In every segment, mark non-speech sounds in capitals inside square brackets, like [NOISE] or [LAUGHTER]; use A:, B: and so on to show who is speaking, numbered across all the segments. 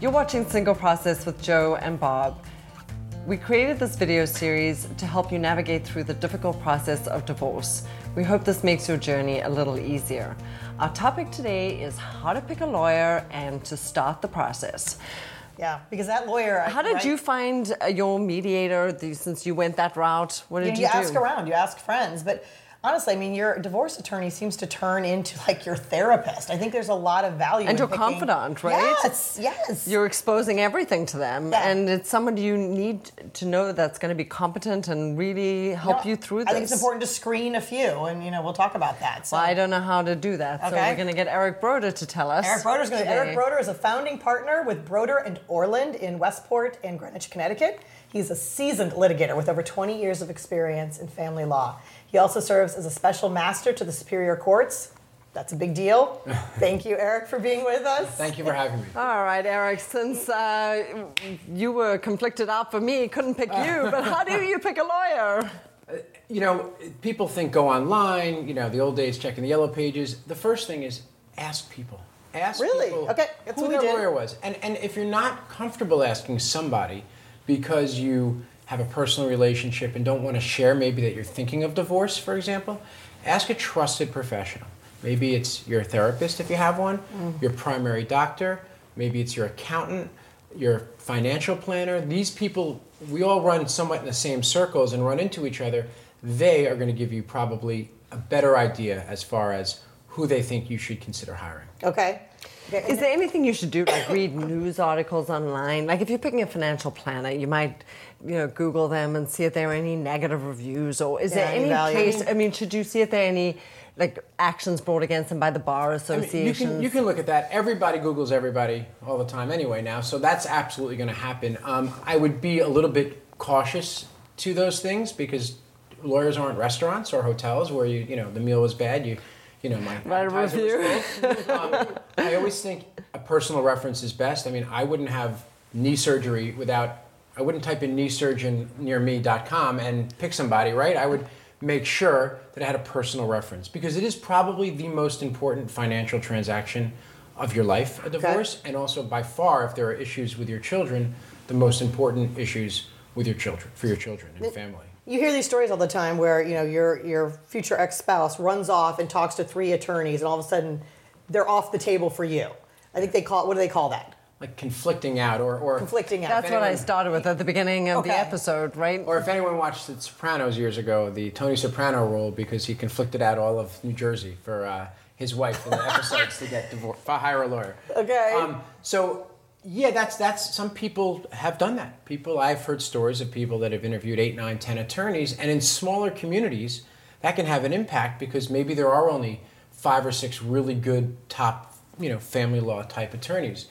A: You're watching Single Process with Joe and Bob. We created this video series to help you navigate through the difficult process of divorce. We hope this makes your journey a little easier. Our topic today is how to pick a lawyer and to start the process.
B: Yeah, because that lawyer. I-
A: How did
B: right?
A: you find uh, your mediator the, since you went that route? What did
B: you,
A: you,
B: you
A: do?
B: ask around, you ask friends, but honestly, I mean, your divorce attorney seems to turn into like your therapist. I think there's a lot of value
A: And
B: in
A: your
B: picking-
A: confidant, right?
B: Yes, yes.
A: You're exposing everything to them,
B: Yeah.
A: and it's somebody you need to know that's going to be competent and really
B: No,
A: help you through this.
B: I think it's important to screen a few, and you know we'll talk about that. So
A: Well, I don't know how to do that, so
B: Okay.
A: we're going to get Eric Broder to tell us.
B: Eric Broder's going to.
A: today.
B: Eric Broder is a founding partner with Broder and Orland in Westport and Greenwich, Connecticut. He's a seasoned litigator with over 20 years of experience in family law. He also serves as a special master to the Superior Courts. That's a big deal.
C: [LAUGHS]
B: Thank you, Eric, for being with us.
C: Thank you for having me.
A: All right, Eric. Since uh, you were conflicted out for me, couldn't pick [LAUGHS] you. But how do you pick a lawyer?
C: You know, people think go online, you know, the old days checking the yellow pages. The first thing is ask people. Ask
B: Really?
C: people
B: Okay, that's what
C: who
B: we
C: their
B: did.
C: lawyer was. And and if you're not comfortable asking somebody because you have a personal relationship and don't want to share maybe that you're thinking of divorce, for example, ask a trusted professional. Maybe it's your therapist if you have one, your primary doctor, maybe it's your accountant, your financial planner. These people, we all run somewhat in the same circles and run into each other. They are going to give you probably a better idea as far as who they think you should consider hiring.
B: Okay. Okay,
A: Is there anything you should do, like read news articles online? Like if you're picking a financial planner, you might, you know, Google them and see if there are any negative reviews, or is
B: Yeah,
A: there
B: any
A: any
B: value.
A: case? I mean, should you see if there are any like actions brought against them by the bar
C: I mean, you
A: association?
C: can you can look at that. Everybody Google's everybody all the time anyway now, so that's absolutely going to happen. Um, I would be a little bit cautious to those things because lawyers aren't restaurants or hotels where you you know the meal was bad. You you know my
A: Write a
C: appetizer was
A: review.
C: full. um, I always think a personal reference is best. I mean, I wouldn't have knee surgery without. I wouldn't type in knee surgeon near me.com and pick somebody, right? I would make sure that I had a personal reference because it is probably the most important financial transaction of your life, a divorce, and also by far, if there are issues with your children, the most important issues with your children, for your children and family.
B: You hear these stories all the time where you know your your future ex spouse runs off and talks to three attorneys, and all of a sudden they're off the table for you. I think they call it, what do they call that?
C: Like conflicting out or, or
B: Conflicting out.
A: That's what I
C: anyone-
A: started with at the beginning of the
B: Okay.
A: episode, right?
C: Or if anyone watched The Sopranos years ago, the Tony Soprano rule, because he conflicted out all of New Jersey for uh, his wife in the episodes to get divorced, hire a lawyer.
B: Okay.
C: Um, so yeah, that's that's some people have done that. People I've heard stories of people that have interviewed eight, nine, ten attorneys, and in smaller communities, that can have an impact because maybe there are only five or six really good top, you know, family law type attorneys.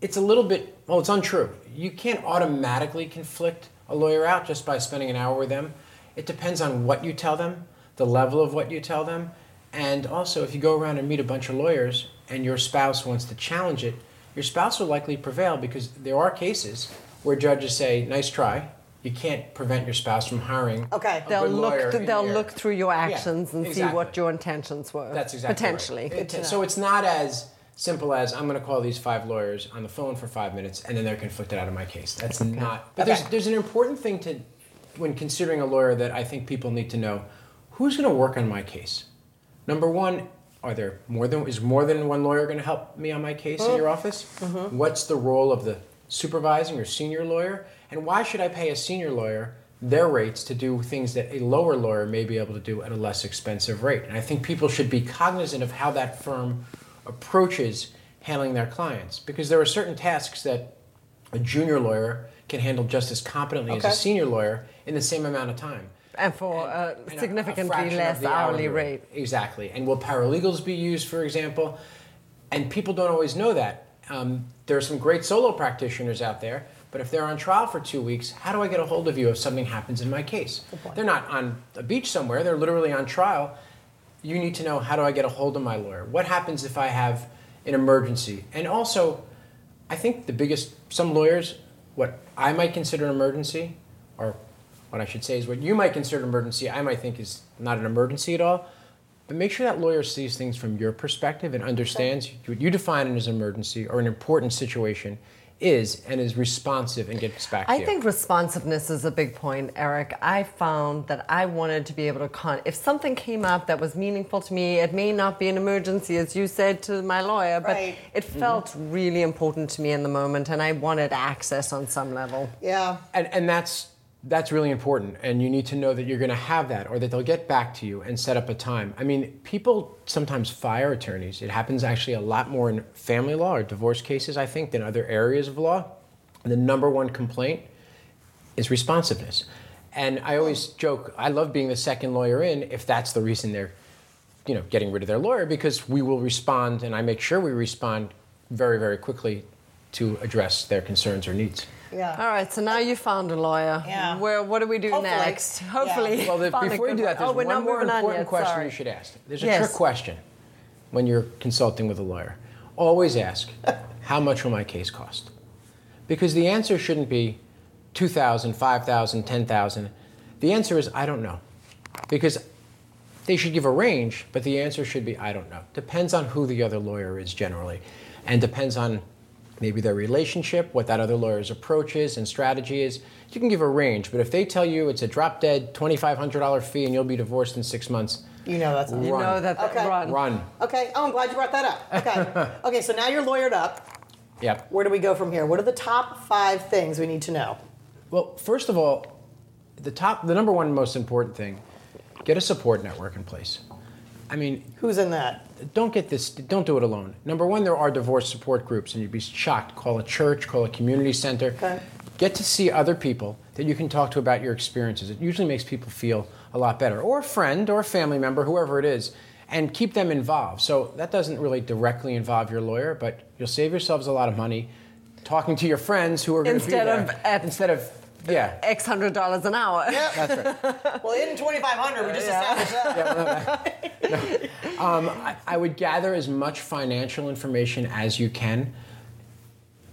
C: It's a little bit well, it's untrue. You can't automatically conflict a lawyer out just by spending an hour with them. It depends on what you tell them, the level of what you tell them, and also if you go around and meet a bunch of lawyers and your spouse wants to challenge it, your spouse will likely prevail because there are cases where judges say, "Nice try." You can't prevent your spouse from hiring.
B: Okay.
C: a
A: They'll
C: good
A: look.
C: lawyer in
A: Th- they'll
C: your-
A: look through your actions and see what
C: exactly.
A: your intentions were.
C: That's exactly
A: potentially.
C: right. It- so it's not as simple as I'm going to call these five lawyers on the phone for five minutes and then they're conflicted out of my case. That's not. But there's
B: Okay.
C: there's an important thing to when considering a lawyer that I think people need to know: who's going to work on my case? Number one, are there more than is more than one lawyer going to help me on my case in your office? What's the role of the supervising or senior lawyer? And why should I pay a senior lawyer their rates to do things that a lower lawyer may be able to do at a less expensive rate? And I think people should be cognizant of how that firm approaches handling their clients because there are certain tasks that a junior lawyer can handle just as competently as
B: Okay.
C: a senior lawyer in the same amount of time
A: and for uh
C: and a- a
A: significantly
C: fraction of
A: less
C: the
A: hourly rate.
C: Exactly. And will paralegals be used, for example? And people don't always know that. Um, there are some great solo practitioners out there, but if they're on trial for two weeks, how do I get a hold of you if something happens in my case? They're not on a beach somewhere, they're literally on trial. You need to know how do I get a hold of my lawyer? What happens if I have an emergency? And also, I think the biggest, some lawyers, what I might consider an emergency, or what I should say is what you might consider an emergency, I might think is not an emergency at all. But make sure that lawyer sees things from your perspective and understands what you define as an emergency or an important situation is and is responsive and gets back to
A: I
C: you.
A: think responsiveness is a big point, Eric. I found that I wanted to be able to con. If something came up that was meaningful to me, it may not be an emergency, as you said to my lawyer, but
B: Right.
A: it
C: Mm-hmm.
A: felt really important to me in the moment, and I wanted access on some level.
B: Yeah.
C: and, and that's that's really important and you need to know that you're going to have that or that they'll get back to you and set up a time i mean people sometimes fire attorneys it happens actually a lot more in family law or divorce cases i think than other areas of law the number one complaint is responsiveness and i always joke i love being the second lawyer in if that's the reason they're you know getting rid of their lawyer because we will respond and i make sure we respond very very quickly to address their concerns or needs
B: Yeah.
A: All right, so now you found a lawyer.
B: Yeah.
A: Where? What do we do
B: Hopefully.
A: next?
B: Yeah.
A: Hopefully.
C: Well, the,
A: Found a
C: before you
A: good
C: do that,
A: one. oh,
C: there's
A: we're
C: one
A: not
C: more
A: moving on
C: important
A: yet,
C: question
A: sorry.
C: you should ask. There's a
A: Yes.
C: trick question when you're consulting with a lawyer. Always ask, [LAUGHS] how much will my case cost? Because the answer shouldn't be 2,000, 5,000, 10,000. The answer is, I don't know. Because they should give a range, but the answer should be, I don't know. Depends on who the other lawyer is generally, and depends on maybe their relationship, what that other lawyer's approach is and strategy is. You can give a range, but if they tell you it's a drop dead $2,500 fee and you'll be divorced in six months,
B: You know that's
C: Mm.
B: not.
A: You know that.
B: Okay.
A: Run.
C: run.
B: Okay. Oh, I'm glad you brought that up.
C: [LAUGHS]
B: Okay. okay. So now you're lawyered up.
C: Yep.
B: Where do we go from here? What are the top five things we need to know?
C: Well, first of all, the top, the number one most important thing, get a support network in place. I mean,
B: Who's in that?
C: don't get this don't do it alone number one there are divorce support groups and you'd be shocked call a church call a community center
B: Okay.
C: get to see other people that you can talk to about your experiences it usually makes people feel a lot better or a friend or a family member whoever it is and keep them involved so that doesn't really directly involve your lawyer but you'll save yourselves a lot of money talking to your friends who are going to be
A: Instead
C: there
A: of at-
C: instead of yeah
A: X hundred dollars an hour.
C: that's right
B: Well, in 2500, we just established that.
C: I, I would gather as much financial information as you can.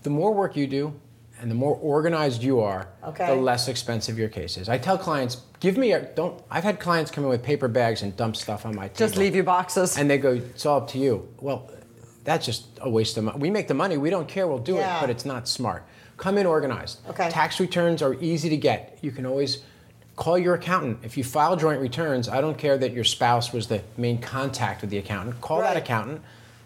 C: The more work you do and the more organized you are,
B: Okay.
C: the less expensive your case is. I tell clients, give me a don't I've had clients come in with paper bags and dump stuff on my
A: [LAUGHS]
C: table.
A: Just leave your boxes.
C: And they go, It's all up to you. Well, that's just a waste of money. We make the money, we don't care, we'll do
B: Yeah.
C: it, but it's not smart. Come in organized.
B: Okay.
C: Tax returns are easy to get. You can always call your accountant. If you file joint returns, I don't care that your spouse was the main contact with the accountant. Call that
B: Right.
C: accountant.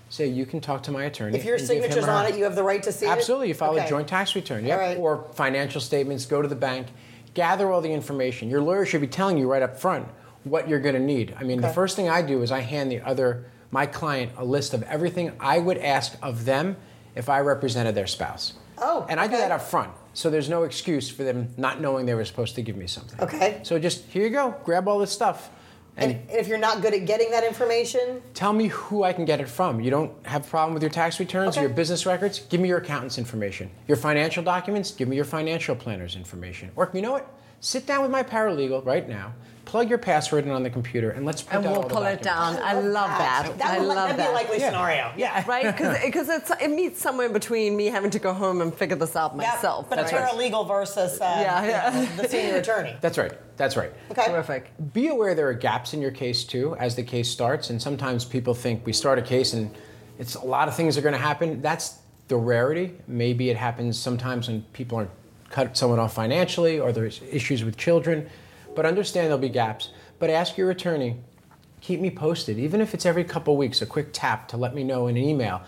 C: Say you can talk to my attorney.
B: If your
C: and give him
B: signature's
C: or her-
B: on it, you have the right to see it?
C: Absolutely, you file
B: Okay.
C: a joint tax return,
B: All
C: yep.
B: right.
C: or financial statements. Go to the bank, gather all the information. Your lawyer should be telling you right up front what you're going to need. I mean, the
B: Okay.
C: first thing I do is I hand the other my client a list of everything I would ask of them if I represented their spouse.
B: Oh,
C: and I do
B: okay.
C: that up front, so there's no excuse for them not knowing they were supposed to give me something.
B: Okay.
C: So just here you go, grab all this stuff,
B: And, and if you're not good at getting that information,
C: Tell me who I can get it from. You don't have a problem with your tax returns
B: Okay.
C: or your business records? Give me your accountant's information. Your financial documents? Give me your financial planner's information. Or you know what? Sit down with my paralegal right now. Plug your password in on the computer and let's
A: And
C: print out
A: we'll
C: all the
A: pull it down.
C: documents.
A: I love that.
B: that
A: I
B: would,
A: love
B: that'd be a
A: that.
B: likely scenario.
C: Yeah.
A: [LAUGHS] Right?
B: [LAUGHS]
A: Because it's it meets somewhere between me having to go home and figure this out
B: Yeah,
A: myself.
B: but a
A: right?
B: paralegal versus uh,
A: Yeah, yeah.
B: you know, the senior
C: [LAUGHS]
B: attorney.
C: [LAUGHS] That's right. That's right.
B: Okay.
A: Terrific.
C: Be aware there are gaps in your case too as the case starts, and sometimes people think we start a case and it's a lot of things are going to happen. That's the rarity. Maybe it happens sometimes when people are cut someone off financially or there's issues with children, but understand there'll be gaps. But ask your attorney, keep me posted, even if it's every couple weeks, a quick tap to let me know in an email.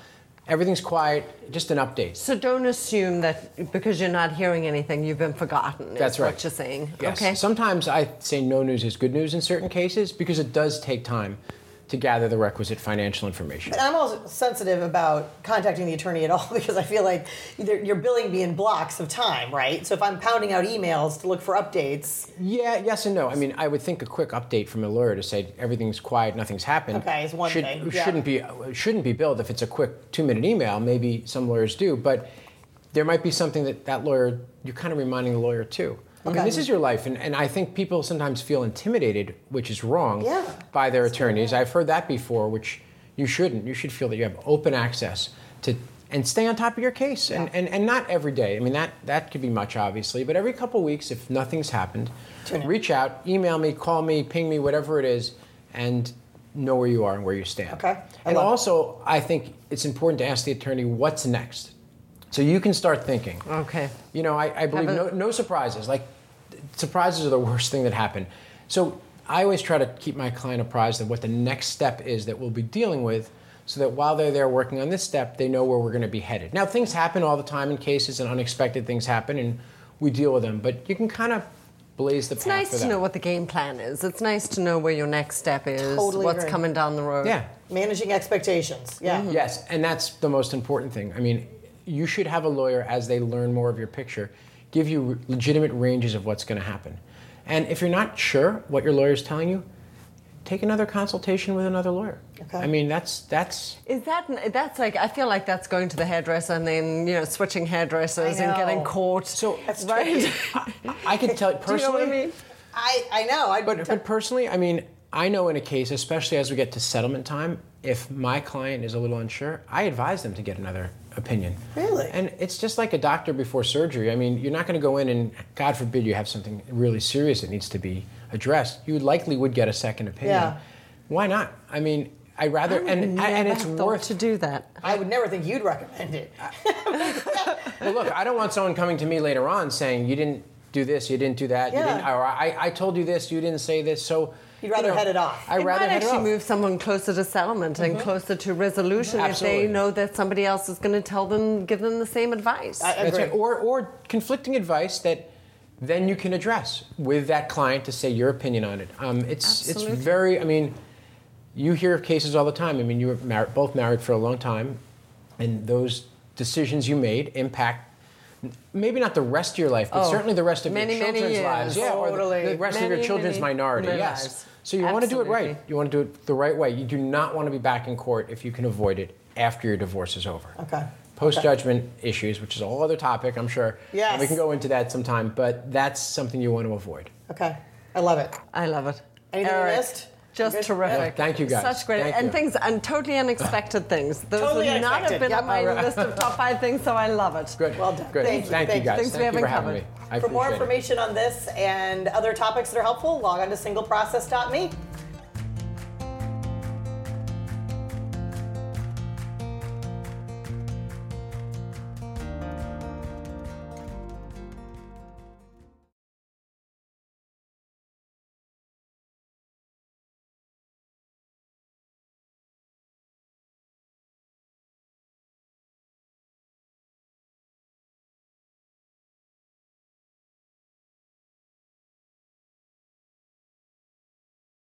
C: Everything's quiet, just an update.
A: So don't assume that because you're not hearing anything, you've been forgotten. is
C: That's right.
A: What you're saying.
C: Yes.
A: Okay.
C: Sometimes I say no news is good news in certain cases because it does take time to gather the requisite financial information.
B: And I'm also sensitive about contacting the attorney at all [LAUGHS] because I feel like either you're billing me in blocks of time, right? So if I'm pounding out emails to look for updates,
C: Yeah, yes and no. I mean, I would think a quick update from a lawyer to say everything's quiet, nothing's happened.
B: Okay, is one
C: should,
B: thing, yeah.
C: Shouldn't be shouldn't be billed if it's a quick two minute email. Maybe some lawyers do, but there might be something that that lawyer you're kind of reminding the lawyer too. I mean,
B: Okay.
C: this is your life, and, and I think people sometimes feel intimidated, which is wrong,
B: Yeah.
C: by their attorneys. I've heard that before, which you shouldn't. You should feel that you have open access to and stay on top of your case and, and, and not every day. I mean that that could be much obviously, but every couple weeks if nothing's happened,
B: Tune in.
C: reach out, email me, call me, ping me, whatever it is, and know where you are and where you stand.
B: Okay. I
C: And
B: love it.
C: also I think it's important to ask the attorney what's next. So you can start thinking.
A: Okay.
C: You know, I, I believe
A: a-
C: no, no surprises. Like, th- surprises are the worst thing that happen. So I always try to keep my client apprised of what the next step is that we'll be dealing with so that while they're there working on this step, they know where we're going to be headed. Now, things happen all the time in cases, and unexpected things happen, and we deal with them. But you can kind of blaze the
A: It's
C: path
A: nice
C: for
A: to
C: them.
A: know what the game plan is. It's nice to know where your next step is,
B: Totally
A: what's
B: agree.
A: coming down the road.
C: yeah.
B: Managing expectations. Yeah.
A: Mm-hmm.
C: Yes, and that's the most important thing. I mean, you should have a lawyer as they learn more of your picture, give you legitimate ranges of what's going to happen. And if you're not sure what your lawyer's telling you, take another consultation with another lawyer.
B: Okay.
C: I mean, that's that's
A: Is that that's like I feel like that's going to the hairdresser and then you know switching hairdressers
B: I
A: and getting
B: know.
A: caught.
C: so
B: That's
A: right.
C: [LAUGHS] I,
A: [LAUGHS]
C: I can tell
A: Do you know what
C: personally
A: I mean?
B: I, I know. I,
C: But, but personally, I mean, I know in a case, especially as we get to settlement time, if my client is a little unsure, I advise them to get another opinion.
B: Really?
C: And it's just like a doctor before surgery. I mean, you're not going to go in and, God forbid, you have something really serious that needs to be addressed. You likely would get a second opinion.
B: Yeah.
C: Why not? I mean, I rather, and, and
A: Never
C: it's
A: thought
C: worth
A: to do that.
B: I would never think you'd recommend it.
C: Well, look, I don't want someone coming to me later on saying you didn't do this, you didn't do that, you
B: Yeah.
C: didn't, or I, I told you this, you didn't say this. So
B: You'd rather head it off.
C: I
A: It
C: rather
A: might
C: head it
A: actually
C: off.
A: move someone closer to settlement
B: Mm-hmm.
A: and closer to resolution if they
C: Absolutely.
A: know that somebody else is going to tell them, give them the same advice.
B: I
C: That's
B: agree.
C: right. Or or conflicting advice that then you can address with that client to say your opinion on it. Um, it's
A: Absolutely.
C: it's very. I mean, you hear of cases all the time. I mean, you were mar- both married for a long time, and those decisions you made impact. n- Maybe not the rest of your life, but
A: Oh,
C: certainly the rest of
A: many,
C: your
A: many
C: children's lives.
A: years.
C: Yeah, or the-
B: Totally.
C: the, rest of
A: Many,
C: your children's
A: many
C: minority.
A: lives.
C: Yes. So you want to do it right.
A: Absolutely.
C: You want to do it the right way. You do not want to be back in court if you can avoid it after your divorce is over
B: Okay.
C: post judgment issues, which is a whole other topic, I'm sure.
B: Yes.
C: And we can go into that sometime, but that's something you want to avoid.
B: Okay. I love it.
A: I love it.
B: Anything I
A: Eric,
B: missed?
A: Just
B: Good?
A: terrific.
C: Yeah, thank you, guys.
A: Such great
C: Thank
A: and
C: you.
A: things and totally unexpected things. Those
B: Totally
A: would not have
B: unexpected.
A: been
B: Yep.
A: on my list of top five things, so I love it.
C: Good.
B: Well done. Thank
C: Good. Thank,
B: you.
C: you,
B: Thank you.
C: guys.
A: Thanks for
C: Thank you for
A: having
C: having
A: covered.
C: me. I
B: For more information
C: appreciate it.
B: on this and other topics that are helpful, log on to singleprocess.me.